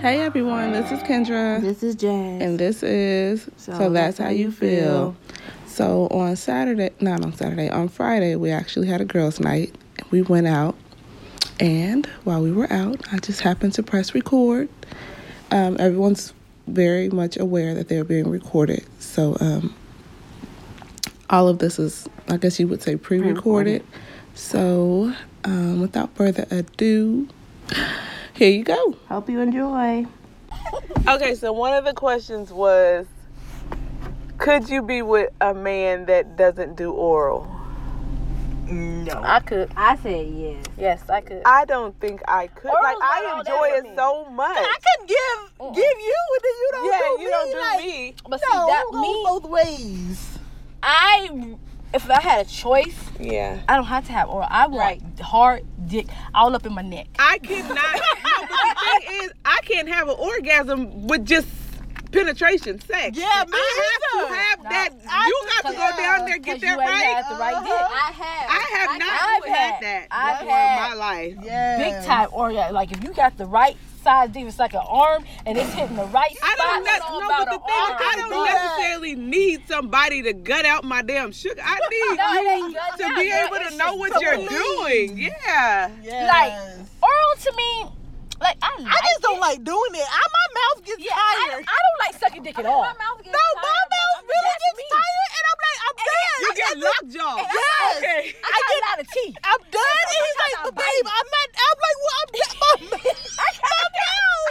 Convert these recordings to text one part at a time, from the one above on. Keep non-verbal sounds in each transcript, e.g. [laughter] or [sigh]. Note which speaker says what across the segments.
Speaker 1: Hey everyone, this is Kendra.
Speaker 2: This is Jazz.
Speaker 1: And this is So, That's How You Feel. So on Saturday, not on Saturday, on Friday, we actually had a girls' night. We went out, and while we were out, I just happened to press record. Um, everyone's very much aware that they're being recorded. So um, all of this is, I guess you would say, pre
Speaker 2: Pre-recorded.
Speaker 1: recorded. So um, without further ado, here you go.
Speaker 2: Hope you enjoy.
Speaker 1: Okay, so one of the questions was could you be with a man that doesn't do oral?
Speaker 3: I could.
Speaker 2: I said yes.
Speaker 3: Yes, I could.
Speaker 1: I don't think I could.
Speaker 3: Oral's
Speaker 1: like I
Speaker 3: not all
Speaker 1: enjoy
Speaker 3: that
Speaker 1: it
Speaker 3: for me.
Speaker 1: so much.
Speaker 4: I can give give you, and then you don't
Speaker 1: yeah,
Speaker 4: do
Speaker 1: you
Speaker 4: me.
Speaker 1: don't do
Speaker 4: like,
Speaker 1: me.
Speaker 3: But
Speaker 4: No,
Speaker 3: see, that
Speaker 4: it goes
Speaker 3: me,
Speaker 4: both ways.
Speaker 3: I, if I had a choice,
Speaker 1: Yeah.
Speaker 3: I don't have to have oral. I want hard dick all up in my neck.
Speaker 1: I cannot
Speaker 4: [laughs]
Speaker 1: no, but the thing is I can't have an orgasm with just penetration sex.
Speaker 4: Yeah, me
Speaker 1: I have
Speaker 4: either.
Speaker 1: to have
Speaker 3: No.
Speaker 1: that
Speaker 4: I
Speaker 1: you
Speaker 4: just-
Speaker 1: got to go down there get
Speaker 3: Because
Speaker 1: that
Speaker 3: you ain't
Speaker 1: right.
Speaker 3: Got the right dick.
Speaker 4: Uh-huh.
Speaker 3: I have.
Speaker 1: I have not
Speaker 3: I've
Speaker 1: had,
Speaker 3: had-
Speaker 1: that
Speaker 3: I've
Speaker 1: before
Speaker 3: had
Speaker 1: in my life.
Speaker 4: Yes.
Speaker 3: Big time orgasm. Like if you got the right size dick, it's like an arm, and it's hitting the right
Speaker 1: I don't
Speaker 3: spot. It's
Speaker 1: ne-
Speaker 3: all
Speaker 1: no,
Speaker 3: about
Speaker 1: but the
Speaker 3: an
Speaker 1: thing is,
Speaker 3: arm.
Speaker 1: I don't
Speaker 4: But-
Speaker 1: necessarily need somebody to gut out my damn sugar.
Speaker 3: [laughs]
Speaker 1: I need
Speaker 3: No, it
Speaker 1: you
Speaker 3: ain't gut
Speaker 1: to
Speaker 3: out,
Speaker 1: be
Speaker 3: girl.
Speaker 1: able
Speaker 3: It's
Speaker 1: to know
Speaker 3: just
Speaker 1: what you're
Speaker 4: believe.
Speaker 1: doing. Yeah.
Speaker 4: Yes.
Speaker 3: Oral to me, like I. Like
Speaker 4: I
Speaker 3: it.
Speaker 4: just don't like doing it. I, my mouth gets
Speaker 3: Yeah, I, I
Speaker 4: tired.
Speaker 3: don't like sucking dick at all.
Speaker 4: no, my mouth really gets tired, and I'm like, I'm done.
Speaker 1: You
Speaker 4: I
Speaker 1: get
Speaker 4: got-
Speaker 3: [laughs]
Speaker 1: lockjaw.
Speaker 4: Yes.
Speaker 1: Okay.
Speaker 3: I got a lot of teeth.
Speaker 4: I'm done. And he's
Speaker 3: Sometimes
Speaker 4: like,
Speaker 3: I
Speaker 4: but
Speaker 3: bite
Speaker 4: babe,
Speaker 3: it.
Speaker 4: I'm not. I'm like, well, I'm done. My, my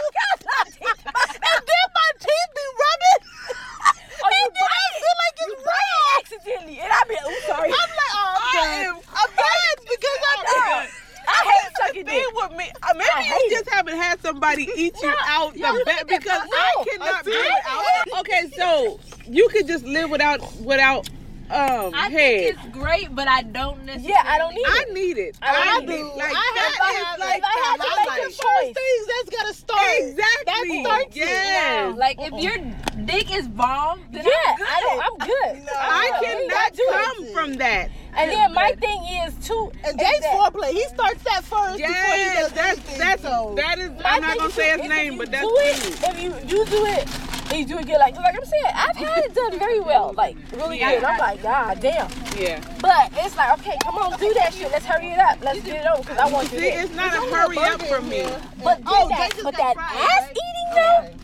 Speaker 3: [laughs]
Speaker 4: mouth. and then my teeth be rubbing.
Speaker 3: Oh, [laughs] you
Speaker 4: and then I
Speaker 3: bite it.
Speaker 4: feel like it's wrong.
Speaker 3: accidentally, and I be oh sorry.
Speaker 4: I'm
Speaker 1: [laughs]
Speaker 4: like, oh, I'm
Speaker 1: I am
Speaker 4: done. I'm done because I'm done.
Speaker 3: I hate sucking
Speaker 1: Thing
Speaker 3: dick.
Speaker 1: with me, uh, maybe
Speaker 3: I
Speaker 1: you
Speaker 3: hate
Speaker 1: just haven't had somebody eat you
Speaker 3: No,
Speaker 1: out
Speaker 3: y'all
Speaker 1: the
Speaker 3: look
Speaker 1: bed
Speaker 3: at that
Speaker 1: because
Speaker 3: photo.
Speaker 1: I
Speaker 3: No,
Speaker 1: cannot
Speaker 4: I
Speaker 1: do
Speaker 4: see
Speaker 1: it
Speaker 4: it.
Speaker 1: out. Okay, so you could just live without without um
Speaker 5: I
Speaker 1: head.
Speaker 5: think it's great, but I don't necessarily.
Speaker 3: Yeah, I don't need
Speaker 1: I
Speaker 3: it.
Speaker 1: need it.
Speaker 3: I
Speaker 1: need
Speaker 3: do.
Speaker 1: it. Like
Speaker 4: I
Speaker 1: that is
Speaker 4: have- I have-
Speaker 1: like
Speaker 3: if I had to
Speaker 1: the
Speaker 3: make a
Speaker 1: highlight.
Speaker 3: choice,
Speaker 4: First things that's gotta start.
Speaker 1: Exactly.
Speaker 4: That starts
Speaker 1: Yes.
Speaker 4: it.
Speaker 5: Like if your dick is bomb, then
Speaker 3: yeah,
Speaker 5: I'm good.
Speaker 3: I don't. I'm good.
Speaker 4: No.
Speaker 3: I'm
Speaker 1: I
Speaker 3: good. We
Speaker 1: cannot
Speaker 3: got to do it.
Speaker 1: come from that.
Speaker 3: And then my thing is too.
Speaker 4: And
Speaker 3: is
Speaker 4: James
Speaker 3: that-
Speaker 4: foreplay, he starts that first before he
Speaker 1: Yes,
Speaker 4: does
Speaker 1: that's
Speaker 4: anything,
Speaker 1: that's
Speaker 4: so.
Speaker 1: that is.
Speaker 3: my
Speaker 1: I'm
Speaker 3: thing
Speaker 1: not gonna
Speaker 3: is
Speaker 1: say
Speaker 3: too,
Speaker 1: his
Speaker 3: is if
Speaker 1: name,
Speaker 3: you
Speaker 1: but that's
Speaker 3: do it,
Speaker 1: true.
Speaker 3: If you you do it, and you do it good, like like I'm saying, I've had it done very well, like really
Speaker 1: Yeah.
Speaker 3: good. And I'm like, God damn.
Speaker 1: Yeah.
Speaker 3: But it's like, okay, come on, do that shit. Let's hurry it up. Let's get it over because I want to
Speaker 1: See,
Speaker 3: do it.
Speaker 1: it's not a hurry up for me.
Speaker 3: But then
Speaker 4: Oh,
Speaker 3: that,
Speaker 4: Jason's
Speaker 3: but that
Speaker 4: got fried,
Speaker 3: ass
Speaker 4: right?
Speaker 3: eating though,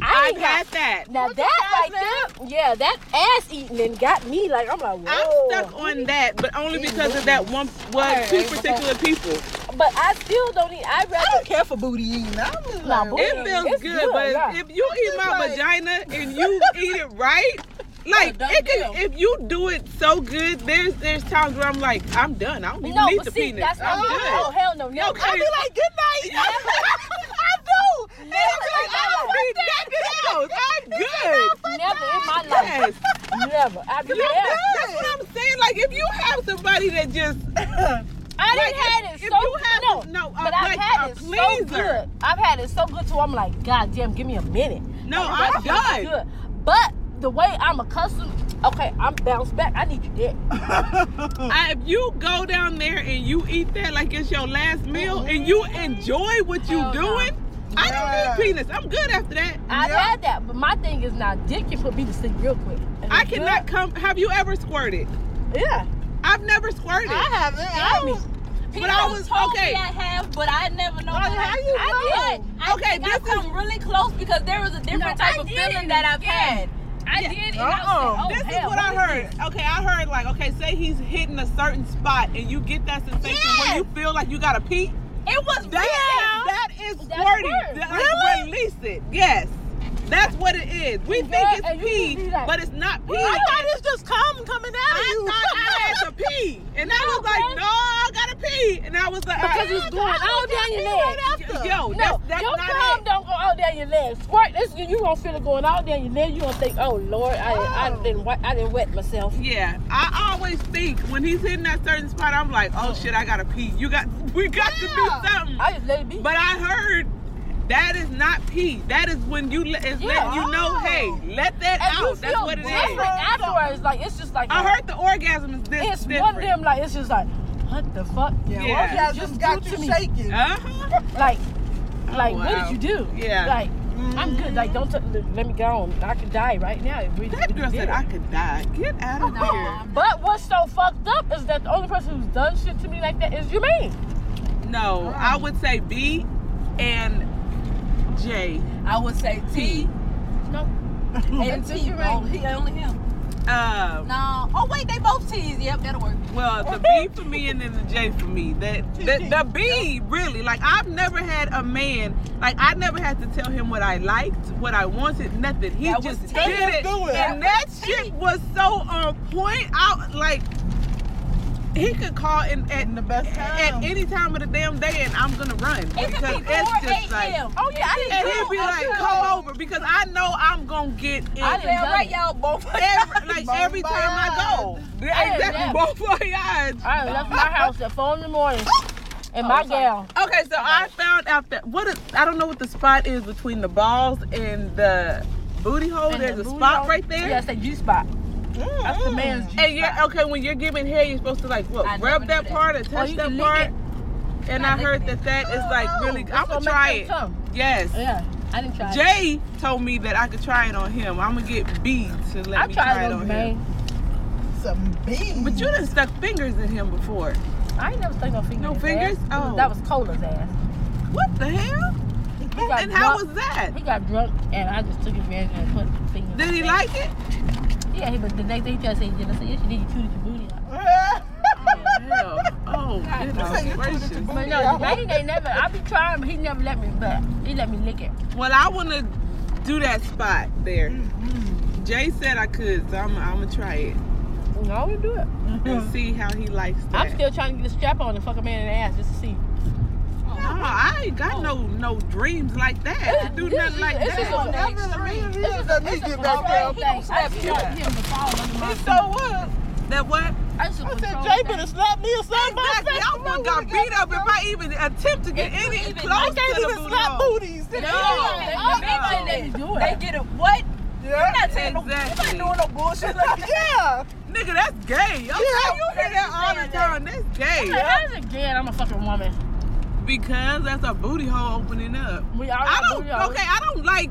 Speaker 3: I
Speaker 1: I've
Speaker 3: ain't got
Speaker 1: had that.
Speaker 3: Now that like that, yeah, that ass eating and got me like I'm like
Speaker 1: I'm
Speaker 3: whoa.
Speaker 1: stuck on that, but only because of that one, well, two particular people.
Speaker 3: But I still don't eat. I
Speaker 4: I
Speaker 3: rather
Speaker 4: don't care for booty eating. I'm just
Speaker 3: Nah,
Speaker 4: like,
Speaker 3: booty-
Speaker 1: It feels
Speaker 3: It's
Speaker 1: good,
Speaker 3: good,
Speaker 1: but
Speaker 3: yeah.
Speaker 1: if you eat my
Speaker 4: like-
Speaker 1: vagina and you eat it right, like
Speaker 5: done
Speaker 1: it can,
Speaker 5: deal.
Speaker 1: if you do it so good, there's there's times where I'm like, I'm done. I don't even
Speaker 3: no.
Speaker 1: need the
Speaker 3: But see,
Speaker 1: penis.
Speaker 3: that's not
Speaker 1: I'm
Speaker 3: me. Oh
Speaker 1: done.
Speaker 3: hell no, no.
Speaker 1: Okay.
Speaker 4: I be like,
Speaker 1: [laughs]
Speaker 4: good night. [laughs] I do. And he's like,
Speaker 1: I
Speaker 4: oh,
Speaker 1: don't need nothing else. I'm good.
Speaker 3: Never in my life. [laughs]
Speaker 1: Yes.
Speaker 3: Never. I be
Speaker 1: That's,
Speaker 3: never.
Speaker 1: that's what I'm saying. Like if you have somebody that just [laughs]
Speaker 3: I
Speaker 1: Like,
Speaker 3: didn't had
Speaker 1: if
Speaker 3: it so
Speaker 1: you have
Speaker 3: no,
Speaker 1: to- no, uh,
Speaker 3: but I've
Speaker 1: like
Speaker 3: had
Speaker 1: a
Speaker 3: it
Speaker 1: pleaser.
Speaker 3: so good. I've had it so good too. I'm like, God damn, give me a minute.
Speaker 1: No,
Speaker 3: Like,
Speaker 1: Oh, I'm
Speaker 3: that's
Speaker 1: done.
Speaker 3: Good. But the way I'm accustomed, okay, I'm bounced back. I need you dead.
Speaker 1: I, if you go down there and you eat that like it's your last meal and you
Speaker 3: Mm-hmm.
Speaker 1: enjoy what you
Speaker 5: Hell no.
Speaker 1: doing, I
Speaker 4: Yeah.
Speaker 1: don't need penis. I'm good after that.
Speaker 3: I've
Speaker 4: Yeah.
Speaker 3: had that, but my thing is now dick can put me to sleep real quick. And
Speaker 1: I
Speaker 3: it's
Speaker 1: cannot come. Have you ever squirted?
Speaker 3: good. Yeah.
Speaker 1: I've never squirted.
Speaker 4: I haven't. I
Speaker 3: Got me.
Speaker 4: don't.
Speaker 5: People
Speaker 1: I was-
Speaker 5: told
Speaker 1: okay.
Speaker 5: me I have, but I never know.
Speaker 4: Why-
Speaker 5: that
Speaker 4: how
Speaker 5: I,
Speaker 4: you
Speaker 5: I
Speaker 4: know?
Speaker 5: did. I
Speaker 1: Okay,
Speaker 5: think I
Speaker 1: this is-
Speaker 5: come really close because there was a different
Speaker 3: No,
Speaker 5: type
Speaker 3: I
Speaker 5: of
Speaker 3: did.
Speaker 5: feeling that I've had. I
Speaker 3: Yeah.
Speaker 5: did, and
Speaker 4: Uh-uh.
Speaker 5: I was
Speaker 1: this
Speaker 5: like, oh
Speaker 1: is
Speaker 3: hell,
Speaker 1: what I heard. Okay, I heard like okay, say he's hitting a certain spot and you get that sensation where you feel like you gotta pee.
Speaker 5: it was real.
Speaker 1: That is that is
Speaker 3: That's
Speaker 1: squirting.
Speaker 3: squirt.
Speaker 1: That- like, Release it. Yes. That's what it is. We
Speaker 3: And
Speaker 1: think
Speaker 3: that-
Speaker 1: it's
Speaker 3: and you
Speaker 1: pee,
Speaker 3: just be like-
Speaker 1: but it's not pee.
Speaker 4: I thought it's just cum coming out of
Speaker 1: I
Speaker 4: you.
Speaker 1: thought I had to pee. And I was like, no, I gotta pee. And I was like, all
Speaker 3: Because
Speaker 1: right.
Speaker 3: it's going all down your leg.
Speaker 1: Yo,
Speaker 3: No,
Speaker 1: that's, that's
Speaker 3: your
Speaker 1: not
Speaker 3: cum
Speaker 1: it.
Speaker 3: don't go all down your leg. Squirt, this you gonna feel it going all down your leg. You gonna think, oh Lord, I, I didn't, wet- I didn't wet myself.
Speaker 1: Yeah, I always think when he's hitting that certain spot, I'm like, oh shit, I gotta pee. You got, we got to do something.
Speaker 3: I just let it be.
Speaker 1: But I heard that is not pee. That is when you let, it's
Speaker 3: Yeah.
Speaker 1: letting you know, hey, let that
Speaker 3: and you
Speaker 1: out. That's
Speaker 3: feel
Speaker 1: what it is.
Speaker 3: different afterwards. Like it's just like
Speaker 1: I heard the orgasm is this.
Speaker 3: it's
Speaker 1: different.
Speaker 3: one of them. Like it's just like, what the fuck?
Speaker 1: Yeah.
Speaker 3: what
Speaker 4: Yeah,
Speaker 3: you
Speaker 4: just
Speaker 3: do
Speaker 4: got
Speaker 3: to
Speaker 4: you
Speaker 3: me?
Speaker 4: shaking.
Speaker 1: Uh huh.
Speaker 3: Like Like,
Speaker 1: wow.
Speaker 3: what did you do?
Speaker 1: Yeah.
Speaker 3: Like, I'm good. Like, don't t- look, let me go on. I could die right now. if we-
Speaker 1: That
Speaker 3: we
Speaker 1: girl said
Speaker 3: did it.
Speaker 1: I could die. Get out of here.
Speaker 3: But what's so fucked up is that the only person who's done shit to me like that is your man.
Speaker 1: No, I would say B and J.
Speaker 6: I would say T.
Speaker 3: No.
Speaker 4: Mm-hmm.
Speaker 6: And
Speaker 3: That's
Speaker 6: T.
Speaker 3: your
Speaker 6: Oh,
Speaker 3: right.
Speaker 6: he only him.
Speaker 1: Um,
Speaker 6: No. Oh wait, they both T's. Yep, that'll work.
Speaker 1: well, the B for me and then the J for me. That the, the B really. Like I've never had a man. Like I never had to tell him what I liked, what I wanted, nothing. He
Speaker 6: That was
Speaker 1: just
Speaker 6: T.
Speaker 1: did it,
Speaker 6: Do it.
Speaker 1: and that
Speaker 6: That
Speaker 1: shit was so on point. I like. He could call in at the best at any time of the damn day, and I'm gonna run
Speaker 6: It could be 4
Speaker 1: just like.
Speaker 6: a.m. Oh yeah, I
Speaker 1: And
Speaker 6: didn't
Speaker 1: he'll be like, "Come over," because I know I'm gonna get in
Speaker 6: I didn't
Speaker 3: right,
Speaker 6: right, y'all both.
Speaker 1: every, like every time I
Speaker 6: [laughs]
Speaker 1: go.
Speaker 3: I
Speaker 1: Exactly,
Speaker 3: left.
Speaker 1: both of y'all.
Speaker 3: I left my house at four in the morning, and my
Speaker 6: Oh,
Speaker 3: gal.
Speaker 1: Okay, so I found out that what is, I don't know what the spot is between the balls and the booty hole.
Speaker 3: and
Speaker 1: Oh, There's
Speaker 3: the
Speaker 1: a
Speaker 3: booty
Speaker 1: spot
Speaker 3: hole-
Speaker 1: right there. Mm.
Speaker 3: Yes, that G spot. That's the man's G.
Speaker 1: And you're okay when you're giving hair, you're supposed to like what
Speaker 6: I never
Speaker 1: rub
Speaker 6: knew
Speaker 1: that,
Speaker 6: that.
Speaker 1: part or touch
Speaker 3: you
Speaker 1: that
Speaker 3: can lick
Speaker 1: part.
Speaker 3: it.
Speaker 1: And
Speaker 6: Not
Speaker 1: I heard
Speaker 6: licking
Speaker 1: that that is like really.
Speaker 3: Oh, That's
Speaker 1: I'm gonna
Speaker 3: what
Speaker 1: try
Speaker 3: make them
Speaker 1: it.
Speaker 3: come.
Speaker 1: Yes.
Speaker 3: Yeah, I didn't try. it.
Speaker 1: Jay told me that I could try it on him. I'm gonna get B to let
Speaker 3: I
Speaker 1: me
Speaker 3: tried
Speaker 1: try it on him.
Speaker 3: man.
Speaker 4: Mm-hmm. Some beans. [laughs]
Speaker 1: But you done stuck fingers in him before.
Speaker 3: I ain't never stuck no fingers.
Speaker 1: No
Speaker 3: in his
Speaker 1: fingers?
Speaker 3: ass. It was-
Speaker 1: Oh.
Speaker 3: That was Cola's ass.
Speaker 1: What the hell?
Speaker 3: He got
Speaker 1: And how
Speaker 3: drunk-
Speaker 1: was that?
Speaker 3: He got drunk, and I just took advantage and put fingers. in
Speaker 1: Did he
Speaker 3: his
Speaker 1: like it?
Speaker 3: ass. Yeah, he, but the next day he tried to say, "Yeah, I said, yes, you did. You chewed your booty out."
Speaker 1: Hell. [laughs] Oh, goodness gracious.
Speaker 3: But no, the man ain't never. I be trying, but he never let me. But he let me lick it.
Speaker 1: Well, I want to do that spot there. Jay said I could, so I'm, I'm gonna try it
Speaker 3: No, we do it.
Speaker 1: and see how he likes that.
Speaker 3: I'm still trying to get a strap on and fuck a man in the ass just to see.
Speaker 1: No, Oh, I ain't got no no dreams like that. I do nothing like
Speaker 3: It's just on
Speaker 1: that.
Speaker 3: the extreme. It's just a control
Speaker 6: He
Speaker 3: thing.
Speaker 6: don't
Speaker 3: I
Speaker 6: slap
Speaker 3: just
Speaker 6: you.
Speaker 3: want him to fall under my.
Speaker 1: He so what? That what?
Speaker 3: I just want control
Speaker 4: Jay
Speaker 3: thing.
Speaker 4: better slap me or slap my
Speaker 1: Exactly. I would got beat up if I even attempt to get
Speaker 6: If you
Speaker 1: any
Speaker 6: even-
Speaker 1: close
Speaker 6: I
Speaker 1: to the
Speaker 4: even
Speaker 1: booty
Speaker 4: slap
Speaker 1: hole.
Speaker 4: booties.
Speaker 6: No,
Speaker 3: Yeah,
Speaker 6: no,
Speaker 3: they- they
Speaker 6: they,
Speaker 3: didn't do it.
Speaker 6: they get it. What?
Speaker 4: Yeah.
Speaker 6: You're not saying no-
Speaker 1: Exactly.
Speaker 6: You're not doing no bullshit like that.
Speaker 4: Yeah.
Speaker 1: Nigga, that's gay. Yo, you hear that all the time. That's gay.
Speaker 3: That's again, I'm a fucking woman.
Speaker 1: Because that's a booty hole opening up.
Speaker 3: We all
Speaker 1: I
Speaker 3: got
Speaker 1: don't.
Speaker 3: booty holes.
Speaker 1: Okay, I don't like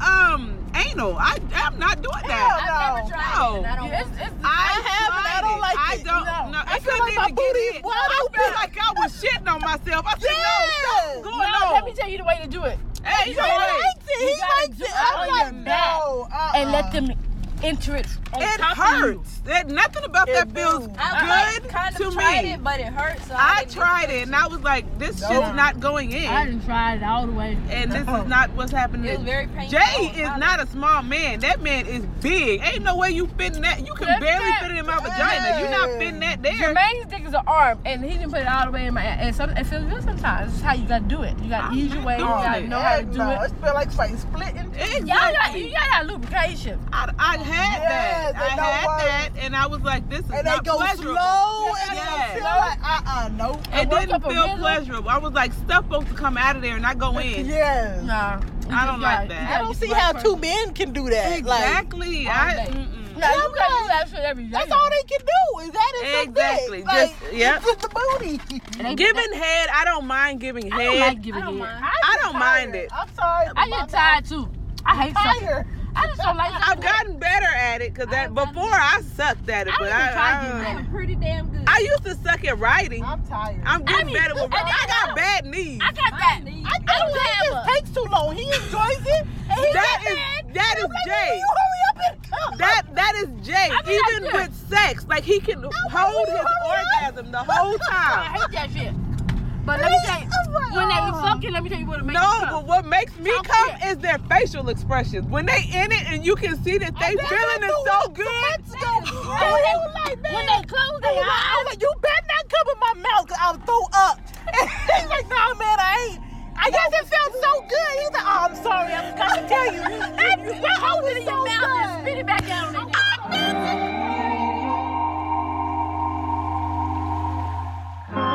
Speaker 1: um anal. I I'm not doing that.
Speaker 6: I've
Speaker 4: No.
Speaker 6: never tried it. and I
Speaker 3: Yeah,
Speaker 6: don't.
Speaker 3: It's, it's,
Speaker 1: I,
Speaker 4: have and I
Speaker 1: tried
Speaker 4: don't
Speaker 1: it.
Speaker 4: like
Speaker 1: I
Speaker 4: it.
Speaker 1: don't.
Speaker 3: No.
Speaker 1: No, I,
Speaker 4: I feel
Speaker 1: couldn't
Speaker 4: like my
Speaker 1: even get
Speaker 4: booty
Speaker 1: in.
Speaker 4: wide
Speaker 1: I
Speaker 4: open.
Speaker 1: feel like I was shitting on myself. I said no. What's
Speaker 4: Yeah.
Speaker 1: going
Speaker 3: no,
Speaker 1: on?
Speaker 3: let me tell you the way to do it.
Speaker 1: hey,
Speaker 3: you
Speaker 1: yo,
Speaker 3: know
Speaker 1: hey.
Speaker 3: what?
Speaker 4: He
Speaker 3: You gotta
Speaker 4: likes
Speaker 3: do
Speaker 4: it.
Speaker 3: it
Speaker 4: I'm
Speaker 3: on
Speaker 4: like,
Speaker 3: your back
Speaker 4: no. Uh-uh.
Speaker 3: and let them enter it on
Speaker 1: It
Speaker 3: top of
Speaker 1: hurts. That nothing about
Speaker 4: It
Speaker 1: that feels
Speaker 4: do.
Speaker 6: I
Speaker 1: good
Speaker 6: like, kind
Speaker 1: to
Speaker 6: of tried
Speaker 1: me.
Speaker 6: it, but it hurts. So
Speaker 1: I
Speaker 6: didn't do
Speaker 1: tried it and I was like, this
Speaker 4: No.
Speaker 1: shit's not going
Speaker 3: you. I
Speaker 1: in.
Speaker 3: didn't try it all the way.
Speaker 1: And this is not what's happening.
Speaker 6: It was very painful.
Speaker 1: Jay is not a small man. That man is big. Ain't no way you fit in that. You can
Speaker 3: Look
Speaker 1: barely
Speaker 3: at
Speaker 1: fit it in my vagina. you not fitting that there.
Speaker 3: Jermaine's dick is an arm, and he didn't put it all the way in my ass. And some, it feels good sometimes. It's how you gotta do it. You gotta
Speaker 1: I'm
Speaker 3: ease your
Speaker 1: not
Speaker 3: way. You
Speaker 1: doing
Speaker 3: gotta
Speaker 1: it.
Speaker 3: know how to do
Speaker 4: no.
Speaker 3: it.
Speaker 4: It feel like fighting splitting.
Speaker 1: Exactly.
Speaker 3: Y'all got, you gotta have lubrication.
Speaker 1: I, I had that.
Speaker 4: Yes, and
Speaker 1: I had
Speaker 4: don't worry.
Speaker 1: that, and I was like, this is
Speaker 4: And they
Speaker 1: not
Speaker 4: go
Speaker 1: pleasurable.
Speaker 4: slow. And
Speaker 1: Yes.
Speaker 4: I feel like, uh-uh, no.
Speaker 1: It
Speaker 3: woke
Speaker 1: didn't
Speaker 3: up a
Speaker 1: feel
Speaker 3: middle-
Speaker 1: pleasurable. I was like, stuff supposed to come out of there and I go in.
Speaker 4: Yes.
Speaker 3: Nah, you just
Speaker 1: don't like that.
Speaker 3: gotta- you
Speaker 1: I
Speaker 4: I
Speaker 3: gotta
Speaker 4: don't
Speaker 3: get
Speaker 4: see
Speaker 3: the right
Speaker 4: how
Speaker 3: person.
Speaker 4: two men can do that. Like,
Speaker 1: Exactly. I,
Speaker 6: day.
Speaker 1: mm-mm.
Speaker 3: Nah, you
Speaker 4: Okay.
Speaker 3: gotta do that shit every day.
Speaker 4: that's all they can do is that and some dick.
Speaker 1: Exactly.
Speaker 4: Like,
Speaker 1: Just- yep.
Speaker 4: it's [laughs] just the booty.
Speaker 3: They-
Speaker 1: Giving head, I don't mind giving head.
Speaker 3: I don't like giving
Speaker 6: I don't
Speaker 3: head.
Speaker 6: mind.
Speaker 1: I don't mind it.
Speaker 4: I'm sorry.
Speaker 3: I get tired too. I hate sucking.
Speaker 4: Tired.
Speaker 3: I just don't like.
Speaker 1: I've gotten better at it because that
Speaker 6: I've gotten-
Speaker 1: before I sucked at it,
Speaker 3: I
Speaker 1: but
Speaker 3: don't even try
Speaker 1: I, I,
Speaker 6: I'm pretty damn good.
Speaker 1: I used to suck at writing.
Speaker 4: I'm tired.
Speaker 1: I'm getting
Speaker 3: I mean,
Speaker 1: better with.
Speaker 3: and then
Speaker 1: I
Speaker 3: I don't-
Speaker 1: got bad knees.
Speaker 3: I got
Speaker 6: My
Speaker 3: that.
Speaker 6: knees.
Speaker 3: I, I don't
Speaker 4: It
Speaker 3: have.
Speaker 4: just
Speaker 3: a-
Speaker 4: takes too long. Oh, He enjoys it. And he
Speaker 1: That
Speaker 4: like,
Speaker 1: is that is
Speaker 4: "Man,
Speaker 1: Jay.
Speaker 4: You hurry up and come.
Speaker 1: That that is Jay.
Speaker 3: I mean, I
Speaker 1: Even
Speaker 3: do.
Speaker 1: with sex, like he can hold his orgasm the whole
Speaker 3: I
Speaker 1: time.
Speaker 3: hate that shit. But let me tell you, when they
Speaker 4: Oh,
Speaker 3: be fucking, let me tell you what it makes
Speaker 1: No,
Speaker 3: me
Speaker 1: but
Speaker 3: come.
Speaker 1: what makes me
Speaker 3: Talk
Speaker 1: come
Speaker 3: shit.
Speaker 1: is their facial expressions. When they in it and you can see that they
Speaker 4: That's
Speaker 1: feeling it
Speaker 4: what
Speaker 1: so
Speaker 4: the
Speaker 1: good.
Speaker 4: Let's go.
Speaker 3: when they,
Speaker 4: You like
Speaker 3: when they
Speaker 4: that?
Speaker 3: close
Speaker 4: I
Speaker 3: their
Speaker 4: was like- I
Speaker 3: eyes,
Speaker 4: was like, you better not come in my mouth because I'll throw up. And he's like, no, man, I ain't. I guess it felt so good. He's like, oh, I'm sorry. I forgot
Speaker 3: [laughs]
Speaker 4: to tell you. That
Speaker 3: hold it in your mouth and spit it back down.
Speaker 4: [laughs]
Speaker 3: in there.
Speaker 4: Oh,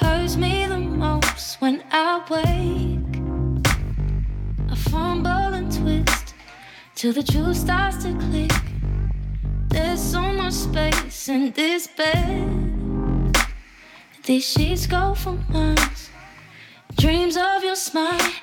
Speaker 7: hurts me the most when I wake. I fumble and twist till the truth starts to click. There's so much space in this bed. These sheets go for months. Dreams of your smile.